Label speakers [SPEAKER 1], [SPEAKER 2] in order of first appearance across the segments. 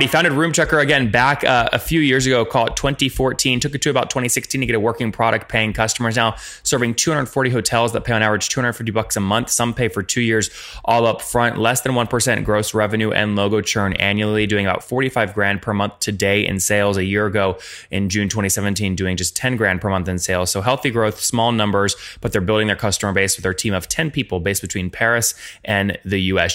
[SPEAKER 1] He founded Room Checker again back uh, a few years ago, called 2014. Took it to about 2016 to get a working product, paying customers now serving 240 hotels that pay on average 250 bucks a month. Some pay for two years, all up front. Less than one percent gross revenue and logo churn annually, doing about 45 grand per month today in sales. A year ago, in June 2017, doing just 10 grand per month in sales. So healthy growth, small numbers, but they're building their customer base with their team of 10 people based between Paris and the U.S.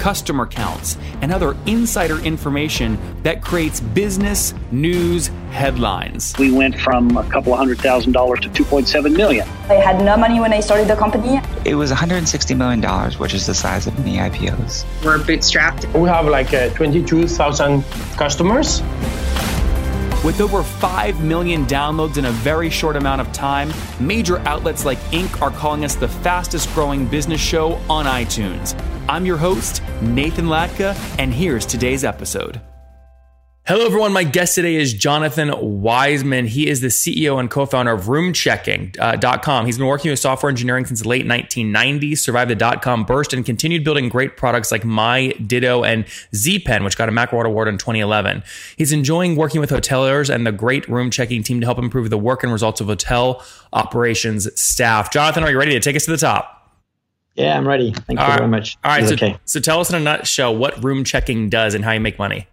[SPEAKER 2] customer counts, and other insider information that creates business news headlines.
[SPEAKER 3] We went from a couple of hundred thousand dollars to 2.7 million.
[SPEAKER 4] They had no money when they started the company.
[SPEAKER 5] It was $160 million, which is the size of many IPOs.
[SPEAKER 6] We're bootstrapped.
[SPEAKER 7] We have like uh, 22,000 customers.
[SPEAKER 2] With over 5 million downloads in a very short amount of time, major outlets like Inc. are calling us the fastest growing business show on iTunes. I'm your host, Nathan Latka, and here's today's episode.
[SPEAKER 1] Hello, everyone. My guest today is Jonathan Wiseman. He is the CEO and co-founder of RoomChecking.com. Uh, He's been working with software engineering since the late 1990s, survived the dot-com burst, and continued building great products like My Ditto and ZPen, which got a MacWorld Award in 2011. He's enjoying working with hoteliers and the great room checking team to help improve the work and results of hotel operations staff. Jonathan, are you ready to take us to the top?
[SPEAKER 8] Yeah, I'm ready. Thank
[SPEAKER 1] All
[SPEAKER 8] you
[SPEAKER 1] right.
[SPEAKER 8] very much.
[SPEAKER 1] All right.
[SPEAKER 8] It's
[SPEAKER 1] So,
[SPEAKER 8] okay.
[SPEAKER 1] so tell us in a nutshell what room checking does and how you make money.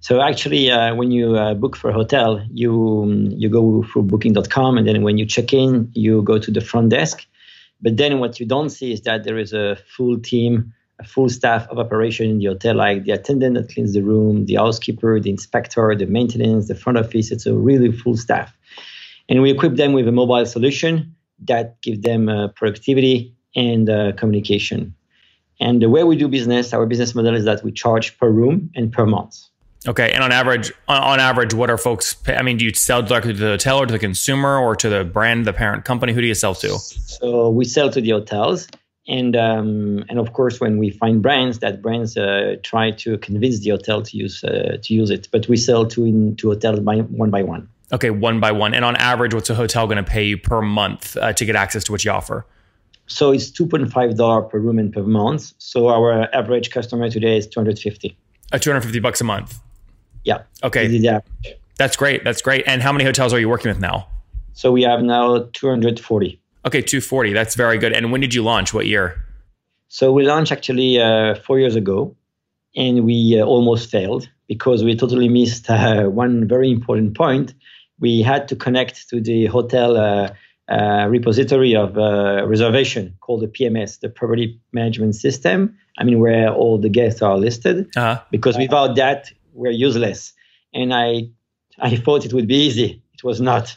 [SPEAKER 8] So actually, uh, when you uh, book for a hotel, you um, you go through Booking.com, and then when you check in, you go to the front desk. But then what you don't see is that there is a full team, a full staff of operation in the hotel, like the attendant that cleans the room, the housekeeper, the inspector, the maintenance, the front office. It's a really full staff, and we equip them with a mobile solution that give them uh, productivity and uh, communication. And the way we do business, our business model is that we charge per room and per month.
[SPEAKER 1] Okay, and on average, on, on average, what are folks? Pay? I mean, do you sell directly to the hotel or to the consumer or to the brand, the parent company? Who do you sell to?
[SPEAKER 8] So we sell to the hotels, and um, and of course, when we find brands, that brands uh, try to convince the hotel to use uh, to use it. But we sell to in to hotels by one by one.
[SPEAKER 1] Okay, one by one, and on average, what's a hotel going to pay you per month uh, to get access to what you offer?
[SPEAKER 8] So it's two point five dollar per room and per month. So our average customer today is two hundred fifty.
[SPEAKER 1] Uh, two hundred fifty bucks a month.
[SPEAKER 8] Yeah. This
[SPEAKER 1] Okay,
[SPEAKER 8] is the average.
[SPEAKER 1] that's great. That's great. And how many hotels are you working with now?
[SPEAKER 8] So we have now two hundred forty.
[SPEAKER 1] Okay, two forty. That's very good. And when did you launch? What year?
[SPEAKER 8] So we launched actually uh, four years ago, and we uh, almost failed because we totally missed uh, one very important point. We had to connect to the hotel uh, uh, repository of uh, reservation called the PMS, the Property Management System. I mean, where all the guests are listed.
[SPEAKER 1] Uh,
[SPEAKER 8] Because without that, we're useless. And I, I thought it would be easy. It was not.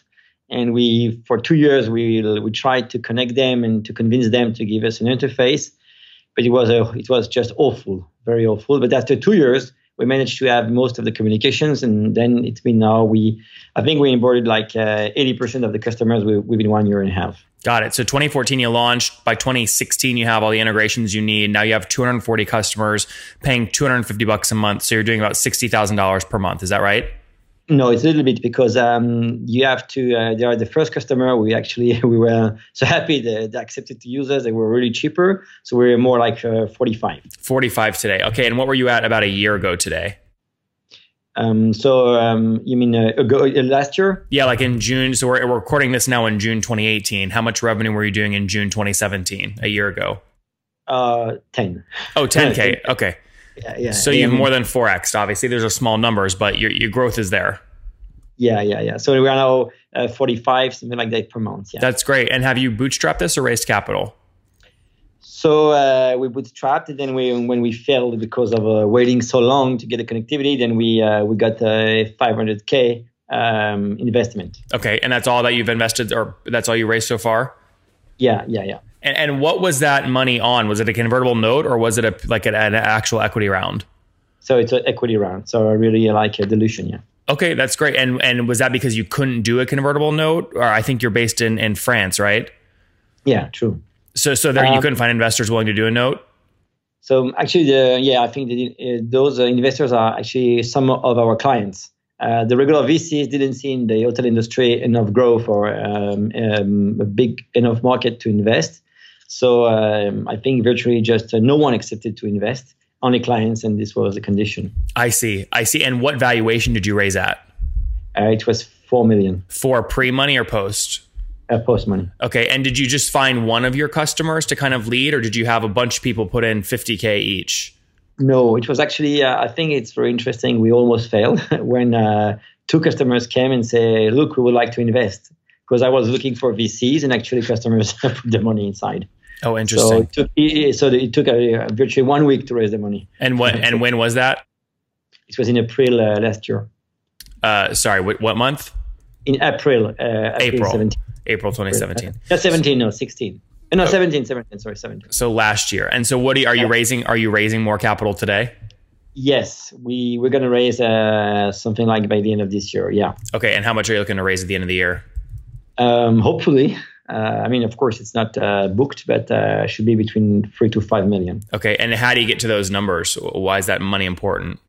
[SPEAKER 8] And we, for two years, we we tried to connect them and to convince them to give us an interface but it was a, it was just awful, very awful. But after two years, we managed to have most of the communications, and then it's been now we, I think we onboarded like uh, eighty percent of the customers wi- within one year and a half.
[SPEAKER 1] got it. So twenty fourteen you launched. By twenty sixteen you have all the integrations you need. Now you have two hundred forty customers paying two hundred fifty bucks a month. So you're doing about sixty thousand dollars per month. Is that right?
[SPEAKER 8] No, it's a little bit because um, you have to. Uh, they are the first customer. We actually we were so happy they, they accepted to use us. They were really cheaper, so we were more like uh, forty-five.
[SPEAKER 1] 45 today. Okay, and what were you at about a year ago today?
[SPEAKER 8] Um, so um, you mean uh, ago, uh, last year?
[SPEAKER 1] Yeah, like in June. So we're, we're recording this now in June 2018. How much revenue were you doing in June 2017, a year ago?
[SPEAKER 8] Uh, Ten.
[SPEAKER 1] Oh, 10K.
[SPEAKER 8] think-
[SPEAKER 1] Okay.
[SPEAKER 8] Yeah, yeah.
[SPEAKER 1] So you've
[SPEAKER 8] Um,
[SPEAKER 1] more than 4X. Obviously, those are small numbers, but your, your growth is there.
[SPEAKER 8] Yeah, yeah, yeah. So we are now uh, 45, something like that per month. Yeah.
[SPEAKER 1] That's great. And have you bootstrapped this or raised capital?
[SPEAKER 8] so uh, we bootstrapped it, and we, when we failed because of uh, waiting so long to get the connectivity, then we uh, we got a 500k um, investment.
[SPEAKER 1] Okay. And that's all that you've invested or that's all you raised so far?
[SPEAKER 8] Yeah, yeah, yeah.
[SPEAKER 1] And, and what was that money on? Was it a convertible note or was it a, like an, an actual equity round?
[SPEAKER 8] So it's an equity round. So I really like a dilution. Yeah.
[SPEAKER 1] Okay, that's great. And and was that because you couldn't do a convertible note? Or I think you're based in in France, right?
[SPEAKER 8] Yeah, true.
[SPEAKER 1] So so there you
[SPEAKER 8] Um,
[SPEAKER 1] couldn't find investors willing to do a note.
[SPEAKER 8] So actually, the, yeah, I think that, uh, those uh, investors are actually some of our clients. Uh, the regular VCs didn't see in the hotel industry enough growth or um, um, a big enough market to invest. So um, I think virtually just uh, no one accepted to invest, only clients, and this was the condition.
[SPEAKER 1] I see. I see. And what valuation did you raise at?
[SPEAKER 8] Uh, it was four million
[SPEAKER 1] For pre money or post?
[SPEAKER 8] uh, post money.
[SPEAKER 1] Okay. And did you just find one of your customers to kind of lead, or did you have a bunch of people put in 50K each?
[SPEAKER 8] No, it was actually. Uh, I think it's very interesting. We almost failed when uh, two customers came and say, "Look, we would like to invest," because I was looking for VCs and actually customers put the money inside.
[SPEAKER 1] Oh,
[SPEAKER 8] So
[SPEAKER 1] interesting.
[SPEAKER 8] it took, so it took uh, virtually one week to raise the money.
[SPEAKER 1] and what and when was that?
[SPEAKER 8] It was in April uh, last year.
[SPEAKER 1] Uh, sorry, what, what month?
[SPEAKER 8] In April, uh, April,
[SPEAKER 1] April.
[SPEAKER 8] 17.
[SPEAKER 1] April 2017.
[SPEAKER 8] Not 17, no, 16. Uh,
[SPEAKER 1] Oh.
[SPEAKER 8] No, 17, 17, sorry, 17.
[SPEAKER 1] So last year. And so what are you, are you raising? Are you raising more capital today?
[SPEAKER 8] Yes, we, we're going to raise uh, something like by the end of this year, yeah.
[SPEAKER 1] Okay. And how much are you looking to raise at the end of the year?
[SPEAKER 8] Um, hopefully. Uh, I mean, of course, it's not uh, booked, but uh, should be between three to five million.
[SPEAKER 1] Okay. And how do you get to those numbers? Why is that money important?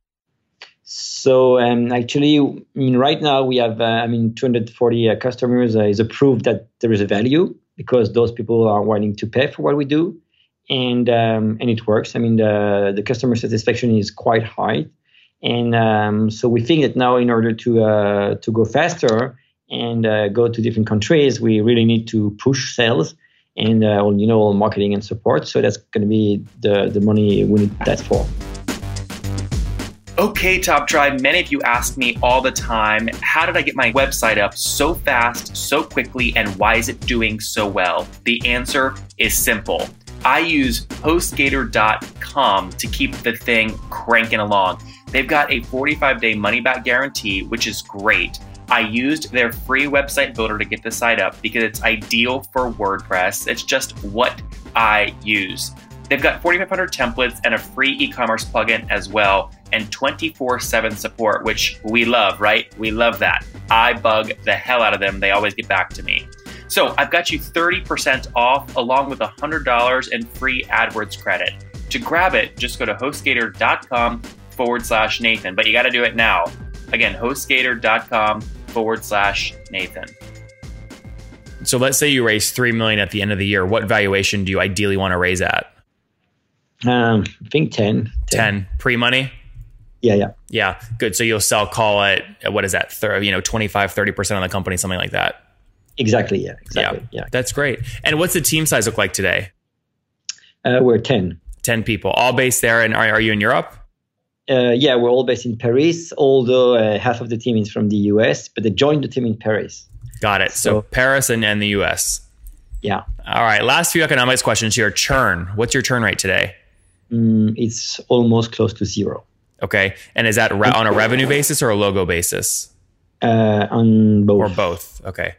[SPEAKER 8] So um, actually, I mean, right now we have, uh, I mean, 240 uh, customers uh, is a proof that there is a value because those people are willing to pay for what we do, and um, and it works. I mean, the the customer satisfaction is quite high, and um, so we think that now in order to uh, to go faster and uh, go to different countries, we really need to push sales and uh, you know marketing and support. So that's going to be the the money we need that for.
[SPEAKER 6] Okay, Top Tribe, many of you ask me all the time how did I get my website up so fast, so quickly, and why is it doing so well? The answer is simple. I use HostGator.com to keep the thing cranking along. They've got a 45 day money back guarantee, which is great. I used their free website builder to get the site up because it's ideal for WordPress. It's just what I use. They've got 4,500 templates and a free e commerce plugin as well, and 24 7 support, which we love, right? We love that. I bug the hell out of them. They always get back to me. So I've got you 30% off along with $100 in free AdWords credit. To grab it, just go to hostgator.com forward slash Nathan, but you got to do it now. Again, hostgator.com forward slash Nathan.
[SPEAKER 1] So let's say you raise three million at the end of the year. What valuation do you ideally want to raise at?
[SPEAKER 8] Um, I think 10.
[SPEAKER 1] 10 pre money?
[SPEAKER 8] Yeah, yeah.
[SPEAKER 1] Yeah, good. So you'll sell call it uh, what is that? Thir- you know, 25 30% of the company something like that.
[SPEAKER 8] Exactly. Yeah. Exactly. Yeah.
[SPEAKER 1] That's great. And what's the team size look like today?
[SPEAKER 8] Uh, we're ten.
[SPEAKER 1] 10 people, all based there and are, are you in Europe?
[SPEAKER 8] Uh, yeah, we're all based in Paris. Although uh, half of the team is from the US, but they joined the team in Paris.
[SPEAKER 1] Got it. So,
[SPEAKER 8] So-
[SPEAKER 1] Paris and, and the US.
[SPEAKER 8] Yeah,
[SPEAKER 1] All right, last few economics questions here. Churn. What's your churn rate today?
[SPEAKER 8] mm, it's almost close to zero
[SPEAKER 1] Okay. And is that re- on a revenue basis or a logo basis
[SPEAKER 8] uh, on both.
[SPEAKER 1] or both? Okay.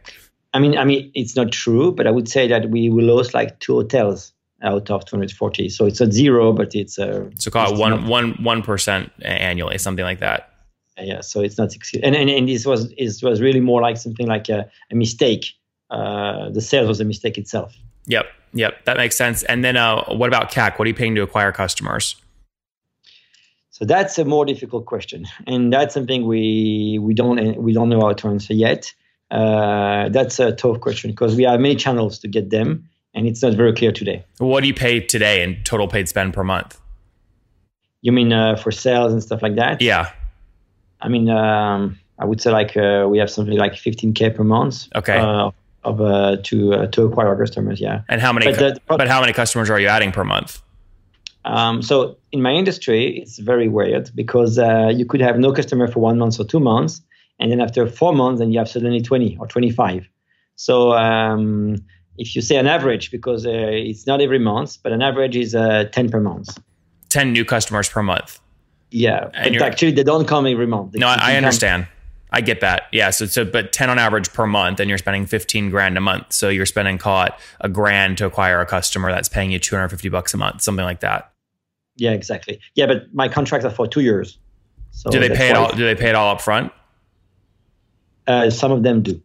[SPEAKER 8] I mean, I mean, it's not true, but I would say that we we lost like two hotels out of 240. So it's a zero, but it's uh, a
[SPEAKER 1] So call it
[SPEAKER 8] it's
[SPEAKER 1] one
[SPEAKER 8] not-
[SPEAKER 1] one one percent annually, something like that.
[SPEAKER 8] yeah. So it's not succeed. And, and and this was it was really more like something like a, a mistake. Uh, the sales was a mistake itself.
[SPEAKER 1] Yep. Yep. That makes sense. And then uh, what about CAC? What are you paying to acquire customers?
[SPEAKER 8] So that's a more difficult question, and that's something we we don't we don't know how to answer yet. Uh, that's a tough question because we have many channels to get them, and it's not very clear today.
[SPEAKER 1] What do you pay today in total paid spend per month?
[SPEAKER 8] You mean uh, for sales and stuff like that?
[SPEAKER 1] Yeah.
[SPEAKER 8] I mean, um, I would say like uh, we have something like 15k per month.
[SPEAKER 1] Okay.
[SPEAKER 8] Uh, of uh, to uh, to acquire customers, yeah.
[SPEAKER 1] And how many?
[SPEAKER 8] But the-
[SPEAKER 1] But, but how many customers are you adding per month?
[SPEAKER 8] Um, so in my industry, it's very weird because uh, you could have no customer for one month or two months, and then after four months, then you have suddenly 20 or 25. So um, if you say an average, because uh, it's not every month, but an average is uh, 10 per month.
[SPEAKER 1] Ten new customers per month.
[SPEAKER 8] Yeah, but
[SPEAKER 1] you're-
[SPEAKER 8] actually they don't come every month. They-
[SPEAKER 1] No,
[SPEAKER 8] they
[SPEAKER 1] I, I
[SPEAKER 8] come-
[SPEAKER 1] understand. I get that. Yeah. So, so, but ten on average per month, and you're spending fifteen grand a month. So you're spending call it a grand to acquire a customer that's paying you two hundred fifty bucks a month, something like that.
[SPEAKER 8] Yeah, exactly. Yeah, but my contracts are for two years. So
[SPEAKER 1] Do they
[SPEAKER 8] Oh, that's
[SPEAKER 1] pay it
[SPEAKER 8] why-
[SPEAKER 1] all? Do they pay it all up front?
[SPEAKER 8] Uh, some of them do.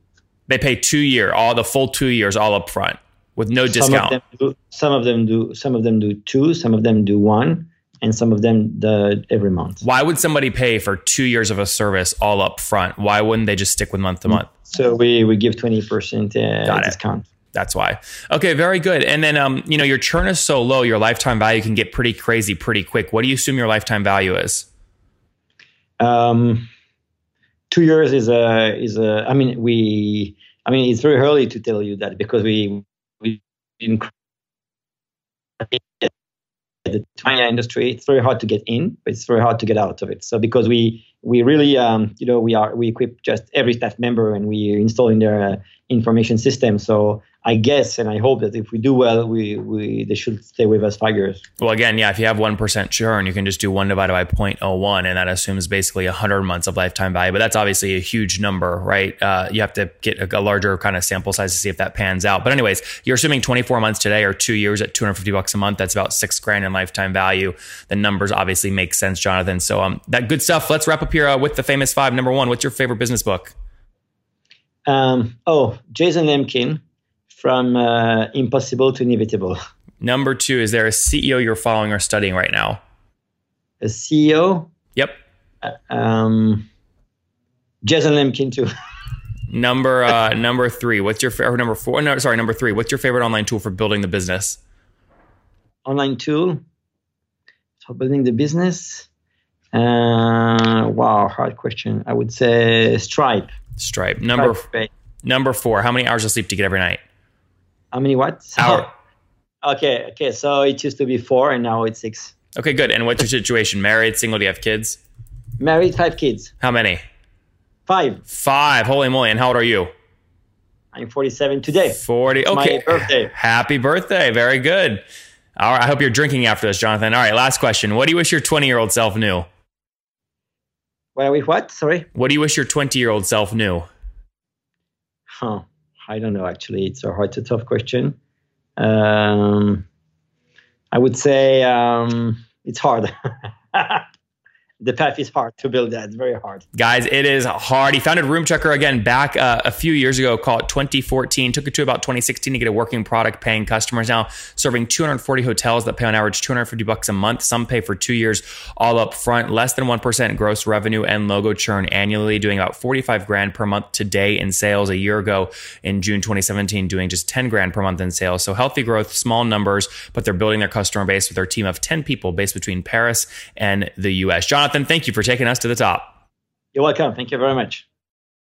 [SPEAKER 1] They pay two year, all the full two years, all up front, with no
[SPEAKER 8] Some of,
[SPEAKER 1] discount.
[SPEAKER 8] them do, some of them do. Some of them do two. Some of them do one, and some of them the every month.
[SPEAKER 1] Why would somebody pay for two years of a service all up front? Why wouldn't they just stick with month to
[SPEAKER 8] Mm-hmm.
[SPEAKER 1] month?
[SPEAKER 8] So we we give twenty percent uh,
[SPEAKER 1] it.
[SPEAKER 8] discount.
[SPEAKER 1] That's why. Okay, very good. And then, um, you know, your churn is so low, your lifetime value can get pretty crazy pretty quick. What do you assume your lifetime value is?
[SPEAKER 8] Um, two years is a is a. I mean, we. I mean, it's very early to tell you that because we we didn't create the China industry. It's very hard to get in, but it's very hard to get out of it. So because we we really um, you know we are we equip just every staff member and we install in their uh, information system. So I guess and I hope that if we do well, we we they should stay with us five years.
[SPEAKER 1] Well, again, yeah, if you have 1% churn, you can just do 1 divided by 0.01, and that assumes basically 100 months of lifetime value. But that's obviously a huge number, right? Uh, you have to get a, a larger kind of sample size to see if that pans out. But, anyways, you're assuming 24 months today or two years at 250 bucks a month. That's about six grand in lifetime value. The numbers obviously make sense, Jonathan. So, um, that good stuff. Let's wrap up here uh, with the famous five. Number one, what's your favorite business book?
[SPEAKER 8] Um, oh, Jason Lemkin from uh, Impossible to Inevitable.
[SPEAKER 1] Number two, is there a CEO you're following or studying right now?
[SPEAKER 8] A CEO,
[SPEAKER 1] Yep.
[SPEAKER 8] um, Jason Lemkin too.
[SPEAKER 1] Number uh, number three. What's your fa- or number four? No, sorry, number three. What's your favorite online tool for building the business?
[SPEAKER 8] Online tool for building the business. Uh, wow, hard question. I would say Stripe.
[SPEAKER 1] Stripe. Number
[SPEAKER 8] Stripe Pay.
[SPEAKER 1] number four. How many hours of sleep do you get every night?
[SPEAKER 8] How many what?
[SPEAKER 1] Hour.
[SPEAKER 8] Okay, okay. So it used to be four, and now it's six.
[SPEAKER 1] Okay, good. And what's your situation? Married, single? Do you have kids?
[SPEAKER 8] Married, five kids.
[SPEAKER 1] How many?
[SPEAKER 8] Five.
[SPEAKER 1] Five. Holy moly! And how old are you?
[SPEAKER 8] I'm 47 today.
[SPEAKER 1] Forty.
[SPEAKER 8] my
[SPEAKER 1] Okay.
[SPEAKER 8] birthday.
[SPEAKER 1] Happy birthday. Very good. All right. I hope you're drinking after this, Jonathan. All right. Last question. What do you wish your 20 year old self knew?
[SPEAKER 8] Where are we? What? Sorry.
[SPEAKER 1] What do you wish your 20 year old self knew?
[SPEAKER 8] Huh. I don't know. Actually, it's a hard, a tough question. Um, I would say um, it's hard. the path is hard to build that. It's very hard.
[SPEAKER 1] Guys, it is hard. He founded Room Checker again back uh, a few years ago, call it 2014. Took it to about 2016 to get a working product, paying customers now, serving 240 hotels that pay on average 250 bucks a month. Some pay for two years all up front, less than 1% gross revenue and logo churn annually, doing about 45 grand per month today in sales. A year ago in June 2017, doing just 10 grand per month in sales. So healthy growth, small numbers, but they're building their customer base with their team of 10 people based between Paris and the US. Jonathan, thank you for taking us to the top.
[SPEAKER 8] You're welcome. Thank you very much.